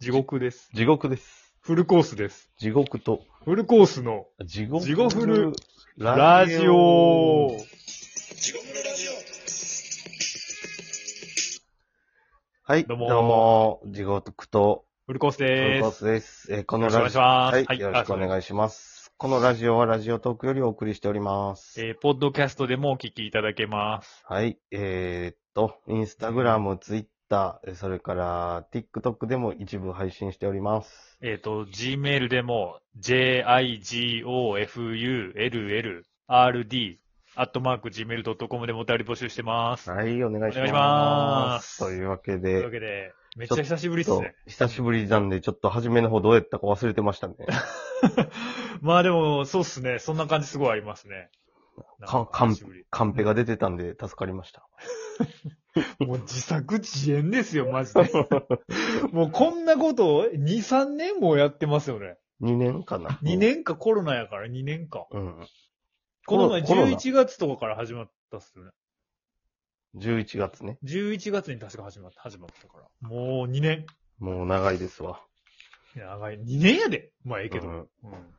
地獄です。地獄です。フルコースです。地獄と、フルコースの地獄地獄フルラジオ。はい、どうどうもーもー、地獄と、フルコースコでーす。スです。えーこよのろしくお願ラいします。ジオ、はい、よろしくおあ願いします。このラジオはラジオトークよりお送りしております。えー、ポッドキャストでもお聞きいただけます。はい、えー、っと、インスタグラム、ツイッター、それから、TikTok でも一部配信しております。えっ、と、Gmail でも、jigofullrd、アットマーク gmail.com でもお便り募集してます。はい、お願いします。お願いしますというわけというわで、けで、めっちゃ久しぶりっすね。 久しぶりなんで、ちょっと初めの方どうやったか忘れてましたね。まあでも、そうっすね。そんな感じすごいありますね。か、かん久しぶり、カンペが出てたんで助かりました。もう自作自演ですよ、マジで。もうこんなことを2、3年もやってますよね。 2年かな。 2年かコロナやから2年か。うん。コロナコロナ11月とかから始まったっすよね。 11月ね。 11月に確か始まった、始まったから。もう2年。もう長いですわ。いや長い。2年やで。まあええけど。ううんん。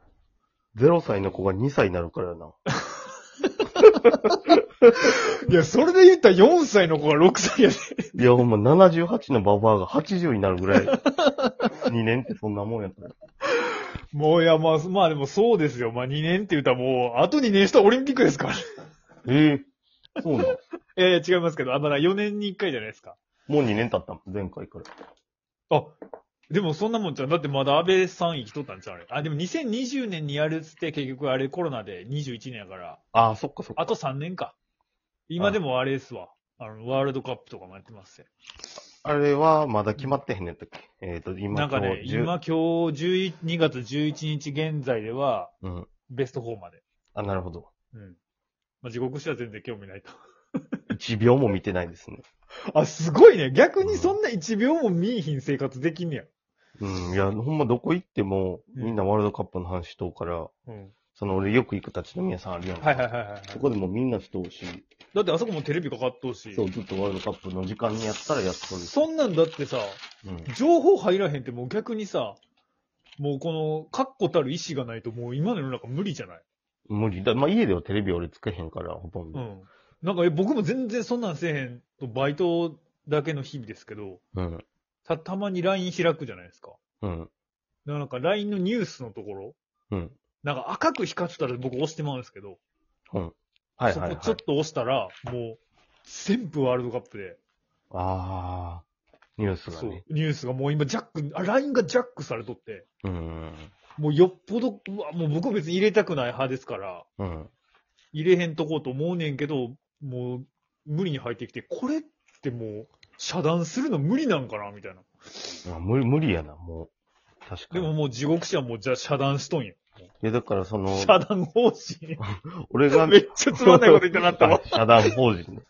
0歳の子が2歳になるからな。いや、それで言ったら4歳の子が6歳やで。いや、ほんま78のババアが80になるぐらい。2年ってそんなもんやから。もういや、まあ、まあでもそうですよ。まあ2年って言ったらもう、あと2年したらオリンピックですから。ええそうなのええ違いますけど、あ、まだ4年に1回じゃないですか。もう2年経ったもん、前回から。あ、でもそんなもんじゃん。だってまだ安倍さん生きとったんちゃうあれ。あ、でも2020年にやるっつって結局あれコロナで21年やから、ああ、そっかそっか。あと3年か。今でもあれですわ。あの、ワールドカップとかもやってますよあれはまだ決まってへんねったっけえっ、と、今なんかね、 10今今日11 2月11日現在ではうん。ベスト4まで。あ、なるほど。うん。まあ、地獄史は全然興味ないと。 1秒も見てないですね。あ、すごいね。逆にそんな1秒も見えひん生活できんねや。うん。いや、ほんまどこ行っても、うんみんなワールドカップの話しとうから、うん。その俺よく行く立ち飲み屋さんあるやん。はいはいはいはいはい。そこでもうみんなしとうし、だってあそこもテレビかかっとうし。そう、ずっとワールドカップの時間にやったらやっとる。そんなんだってさ、うん。情報入らへんってもう逆にさ、もうこの、確固たる意志がないともう今の世の中無理じゃない無理だ。まあ、家ではテレビ俺つけへんから、ほとんうど。ん。なんかえ僕も全然そんなんせえへんと、バイトだけの日々ですけど、うん。た、たまに LINE 開くじゃないですか。うん。だからなんか LINE のニュースのところ、うん。なんか赤く光ってたら僕押してまうんですけど、うん。はいはいはい。そこちょっと押したら、もう、全部ワールドカップで、あー、ニュースがそうね。、ニュースがもう今ジャック、あ、LINE がジャックされとって、うん。もうよっぽど、うわ、もう僕は別に入れたくない派ですから、うん。入れへんとこうと思うねんけど、もう無理に入ってきて、これってもう遮断するの無理なんかなみたいな。まあ無理、無理やな、もう。確かでに。ももう地獄者はもうじゃあ遮断しとんや。いや、だからその、遮断方針。俺が、 めっちゃつまんないこと言ったな ったわ。あ遮断法人。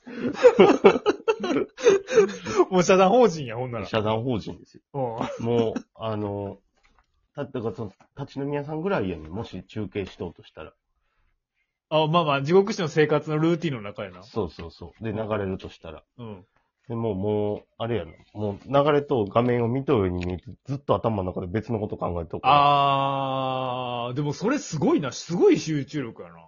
もう遮断方針や、ほんなら。遮断法人ですよ。うん。もう、あの、た、だからその、立ち飲み屋さんぐらいやねんもし中継しとうとしたら。あ、まあまあ、地獄師の生活のルーティンの中やな。そうそうそう。で、流れるとしたら。うん。でもう、もう、あれやな。もう、流れと画面を見とるように見えて、ずっと頭の中で別のこと考えとくから。あー、でもそれすごいな。すごい集中力やな。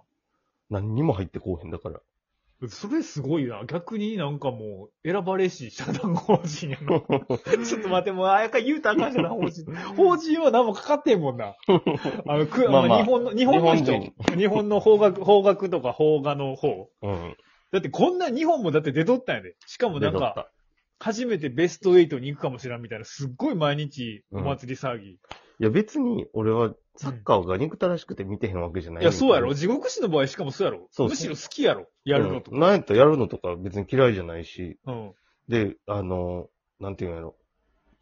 何にも入ってこうへんだから。 それすごいな。逆になんかもう、選ばれし社団法人やな。ちょっと待って、もう、あやか言うたらあかん社団法 人。法人は何もかかってんもんな。あの、く、まあまあ日本の、日本の人。日日本の法学、法学とか法画の方。うん。だってこんな日本もだって出とったんやで。しかもなん出とかっ、た初めてベスト8に行くかもしれんみたいな、すっごい毎日お祭り騒ぎ。いや、別に、俺は、サッカーが憎たらしくて見てへんわけじゃない。いや、そうやろ。地獄師の場合しかもそうやろ。そうむしろ好きやろ。やるのとうか。んなんやったらやるのとか別に嫌いじゃないし。うん。で、あの、なんていうんやろ。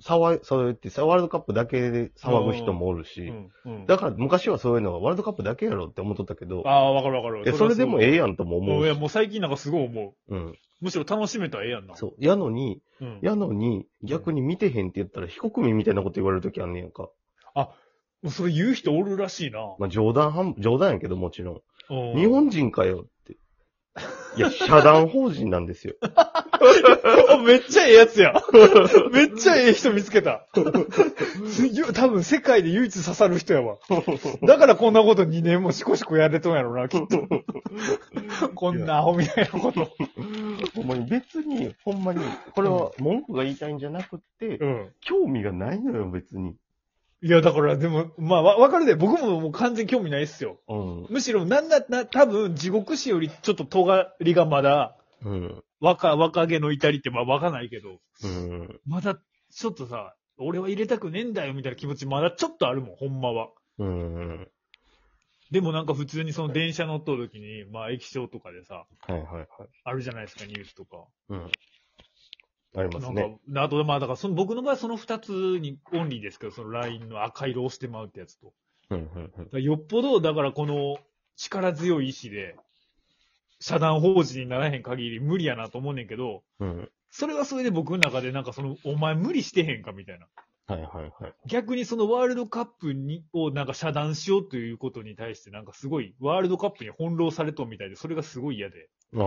騒い、そうやってさ、ワールドカップだけで騒ぐ人もおるうし。ん。うん。だから昔はそういうのがワールドカップだけやろって思っとったけど、ああ、わかるわかる。いや、それでもえええやんとも思もうういしや、もう最近なんかすごい思う。うん。むしろ楽しめたらええやんな。そう。やのに、う。ん。やのに、逆に見てへんって言ったら、非国民みたいなこと言われるときあんねやんか。もうそれ言う人おるらしいな。まあ冗談半、冗談やけどもちろん。うん日本人かよって。いや、社団法人なんですよ。あめっちゃええや つや。めっちゃええ人見つけた。多分世界で唯一刺さる人やわ。だからこんなこと2年もしこしこやれとんやろな、きっと。こんなアホみたいなこと。 ほんまに別に、ほんまに、これは文句が言いたいんじゃなくて、 うん。興味がないのよ、別に。いや、だからでも、まあわわかるで、僕ももう完全に興味ないっすよ。うん。むしろ、なんだな、多分地獄師よりちょっと尖りがまだ、うん。若、若気の至りってまあ若ないけど、うん。まだちょっとさ、俺は入れたくねえんだよみたいな気持ちまだちょっとあるもん、ほんまは。うん。でもなんか普通にその電車乗っとる時に、まあ液晶とかでさ、はいはいはい。あるじゃないですか、ニュースとか。うん。ありなますんかね。、あとまあだからその僕の場合はその二つにオンリーですけど、その LINE の赤色を押してまうってやつと。うんうんうんだ。からよっぽど、だからこの力強い意志で、遮断法事にならへん限り無理やなと思うねんけど、うん。それはそれで僕の中でなんかその、お前無理してへんかみたいな。はいはいはい。逆にそのワールドカップにをなんか遮断しようということに対してなんかすごい、ワールドカップに翻弄されとんみたいで、それがすごい嫌で。ああ。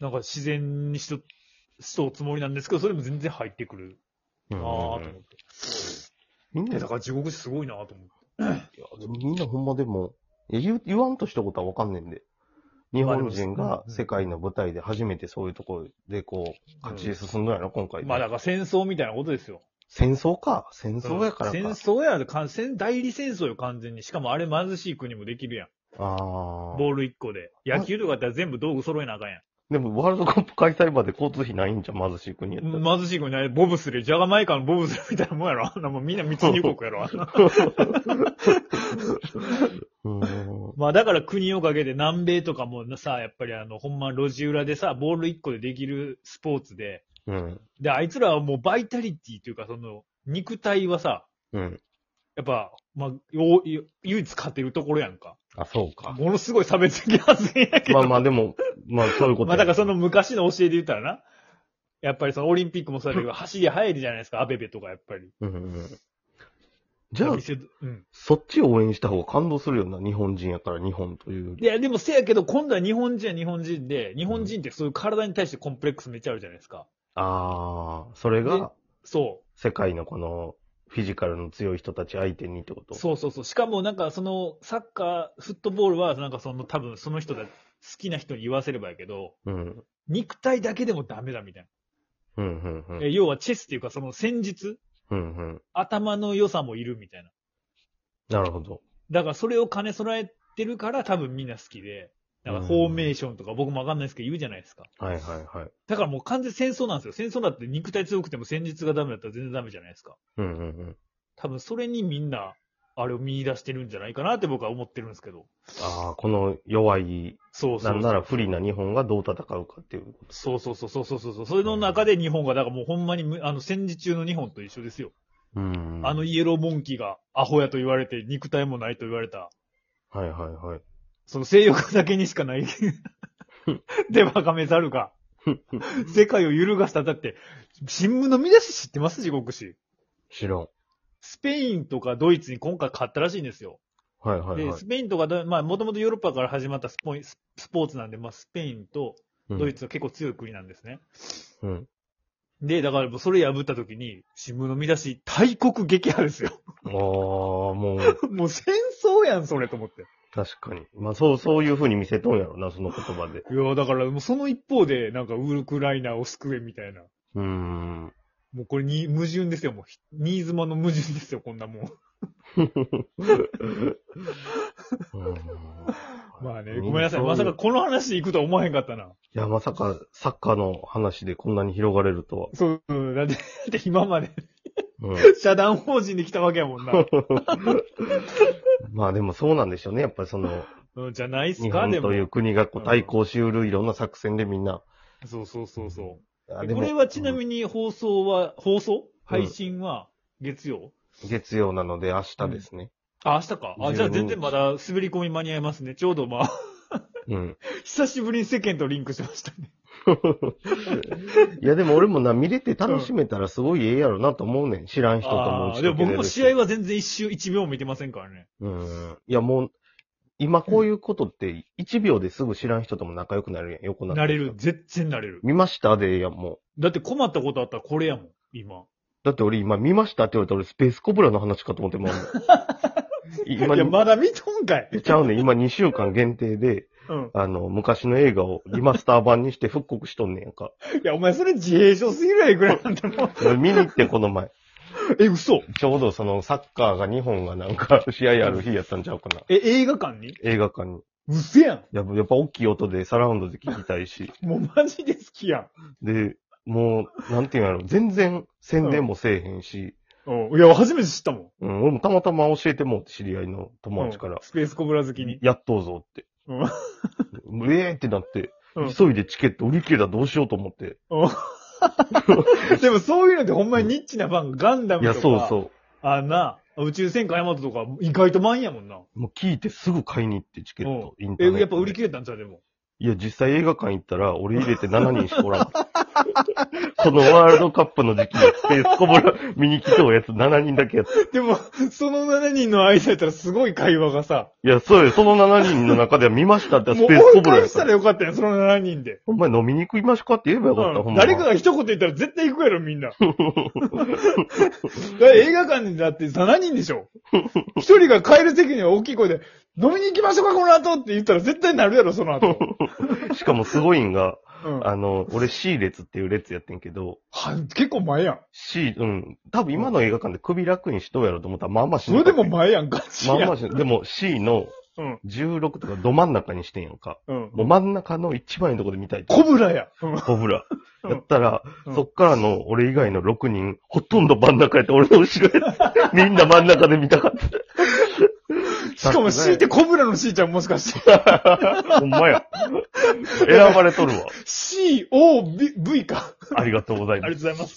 なんか自然にしと、しとうつもりなんですけど、それでも全然入ってくるうなぁんと思って。みんな、だいやから地獄師すごいなぁと思って。みんなほんまでも、いや言う言わんとしたことはわかんねんで。日本人が世界の舞台で初めてそういうところでこう、勝ち進んだんやろ、今回。まあだから戦争みたいなことですよ。戦争か。戦争やからか。戦争やで、完戦代理戦争よ、完全に。しかもあれ貧しい国もできるやん。ああ。ボール1個で。野球とかやったら全部道具揃えなあかんやでも、ワールドカップ開催まで交通費ないんじゃん、貧しい国やったら。ん。貧しい国ない。ボブスレー、ジャガマイカのボブスレーみたいなもんやろ。あん なもうみんな密入国やろ。あんな うーん。 まあだから国をかけて南米とかもさ、やっぱりあの、ほんま路地裏でさ、ボール1個でできるスポーツで、うん。で、あいつらはもうバイタリティというか、その、肉体はさ、うん。やっぱ、まあ、ようよ唯一勝てるところやんか。あ、そうか。ものすごい差別的発 言やけど。まあまあ、でも、まあ、そういうことまあ、だやからその、昔の教えで言ったらな、やっぱりそのオリンピックもそう だけど、走り入るじゃないですか、アベベとかやっぱり。うんうん。じゃあ見、せずうん。そっちを応援した方が感動するよな、日本人やから、日本というよいり。や、でもせやけど、今度は日本人は日本人で、日本人ってそういう体に対してコンプレックスめっちゃあるじゃないですか。ああ、それが、そ世界のこの、フィジカルの強い人たち相手にってこと。う。そうそうそう。しかもなんかその、サッカー、フットボールはなんかその多分その人が好きな人に言わせればやけど、う。うん。肉体だけでもダメだみたいうん、うん、うな。ん。え要はチェスっていうかその戦術うん、うん。頭の良さもいるみたいな。なるほど。だからそれを兼ね備えてるから多分みんな好きで。だからフォーメーションとか僕もわかんないですけど言うじゃないですか。はい、はい、はい。だからもう完全戦争なんですよ。戦争だって肉体強くても戦術がダメだったら全然ダメじゃないですか。うん、うん、うん。多分それにみんな、あれを見出してるんじゃないかなって僕は思ってるんですけど。ああ、この弱い、そうそうなそんう。なら不利な日本がどう戦うかっていうこと。そうそうそうそうそうそうそう。それの中で日本が、だからもうほんまにむあの戦時中の日本と一緒ですよ。うんあの、イエローモンキーがアホやと言われて肉体もないと言われた。はいはいはい。その性欲だけにしか ない。で、バカめざるが。世界を揺るがした。だって、新聞の見出し知ってます地獄紙。知らん。スペインとかドイツに今回勝ったらしいんですよ。はいはいで、はいス。ペインとかド、まあ、もともとヨーロッパから始まったスポイススポーツなんで、まあ、スペインとドイツは結構強い国なんですね。うん。うん。で、だから、それ破った時に、新聞の見出し、大国撃破ですよ。 ああ、もう、 もう戦争やん、それと思って。確かに。まあそう、そういう風に見せとんやろな、その言葉で。いや、だから、もうその一方で、なんか、ウクライナを救えみたいな。うーん。もうこれに、矛盾ですよ、もう。新妻の矛盾ですよ、こんなもん。 まあね、ごめんなさい。まさかいこの話で行くとは思わへんかったな。や、まさか、サッカーの話でこんなに広がれるとは。そう、うんだって、だって今まで、 うん、遮断法人に来たわけやもんな。まあでもそうなんでしょうね。やっぱりその、うん、じゃないっす日か、本でもと。いう国がこう対抗しうるいろんな作戦でみんな。そうそうそうそあう。でこもれはちなみに放送は、放送うん配信は月曜、月曜なので明日ですね。あ、明日か。あ、じゃあ全然まだ滑り込み間に合いますね。ちょうどまあ、 うん。 久しぶりに世間とリンクしましたね。いや、でも俺もな、見れて楽しめたらすごいええやろなと思うねん。知らん人ともあー打ちで解もけれ僕るもし試合は全然一周、一秒も見てませんからね。うん。いや、もう、今こういうことって、1秒ですぐ知らん人とも仲良くなるやん、横なんてなれる。絶対なれる。見ましたで、いやんもう。だって困ったことあったらこれやもん、今。だって俺今見ましたって言われたら俺スペースコブラの話かと思 ってもう今いや、まだ見とんかい。ちゃうねん。今2週間限定で、うん。あの、昔の映画をリマスター版にして復刻しとんねんやんか。いや、お前それ自閉症すぎるやいくらいなんだもん。俺見に行ってんこの前。 え、嘘。ちょうどそのサッカーが日本がな んか試合ある日やったんちゃうかな。え、映画館に映画館に。うせややっぱやっぱ大きい音でサラウンドで聞きたいし。ん。もうマジで好きやん。で、もう、なんていうんやろ、全然宣伝もせえへんし。うん。いや、初めて知ったもん。うん、俺もたまたま教えてもうて知り合いの友達からうん。スペースコブラ好きに。やっとうぞって。う うえーってなって、うん急いでチケット売り切れたらどうしようと思って。でもそういうのってほん まにニッチなファンがガンダムといや、か。そうそう。あんな、宇宙戦艦ヤマトとか意外と満員やもんな。もう聞いてすぐ買いに行ってチケット、インタえ、ーネットで。やっぱ売り切れたんちゃうでも。いや、実際映画館行ったら、俺入れて7人しかおらん かった。このワールドカップの時期にスペースコブラ見に来たおやつ7人だけやった。でも、その7人の間やったらすごい会話がさ、いや、そうよ。その7人の中では見ましたってスもうペース追コいブラ返やしたかららよかったやん、その7人で。ほんまに飲みに行きましょうかって言えばよかった、うほんんまは誰かが一言言ったら絶対行くやろ、み んな。だから映画館にだって7人でしょ。一人が帰る席には大きい声で、飲みに行きましょうか、この後って言ったら絶対なるやろ、その 後。しかもすごいんが、うん、あの、俺 C 列っていう列やってんけど、は結構前やん。し、うん。多分今の映画館で首楽にしとうやろうと思ったら、まあまあしそなかれったでも前やん、ガチまあやまあん。しでも C のうん。 16とかど真ん中にしてんやんか。うん。もう真ん中の一番のとこで見たいって。コブラや。うんコブラ。うんやったら、うんそっからの俺以外の6人、ほとんど真ん中やって、俺の後ろや って。みんな真ん中で見たかった。しかもさ強すがやいてコブラの C ちゃんもしかして、ほんまや。選ばれとるわ。 C, O, B, V か。ありがとうございあ まりすがとうございます。